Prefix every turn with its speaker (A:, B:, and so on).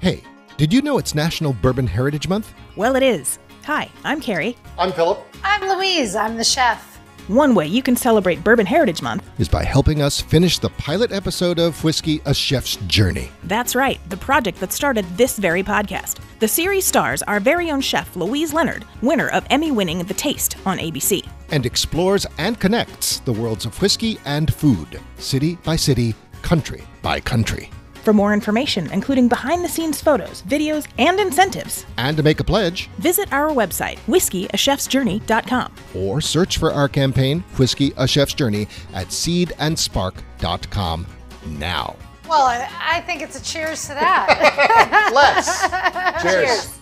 A: Hey, did you know it's National Bourbon Heritage Month?
B: Well, it is. Hi, I'm Carrie.
C: I'm Philip.
D: I'm Louise. I'm the chef.
B: One way you can celebrate Bourbon Heritage Month.
A: Is by helping us finish the pilot episode of Whiskey A Chef's Journey.
B: That's right, the project that started this very podcast. The series stars our very own chef, Louise Leonard, winner of Emmy winning The Taste on ABC.
A: And explores and connects the worlds of whiskey and food, city by city, country by country.
B: For more information, including behind the scenes photos, videos, and incentives,
A: And to make a pledge,
B: visit our website, whiskeyachefsjourney.com.
A: or search for our campaign, Whiskey A Chef's Journey, at seedandspark.com now.
D: Well, I, I think it's a cheers to that.
C: Let's. Cheers.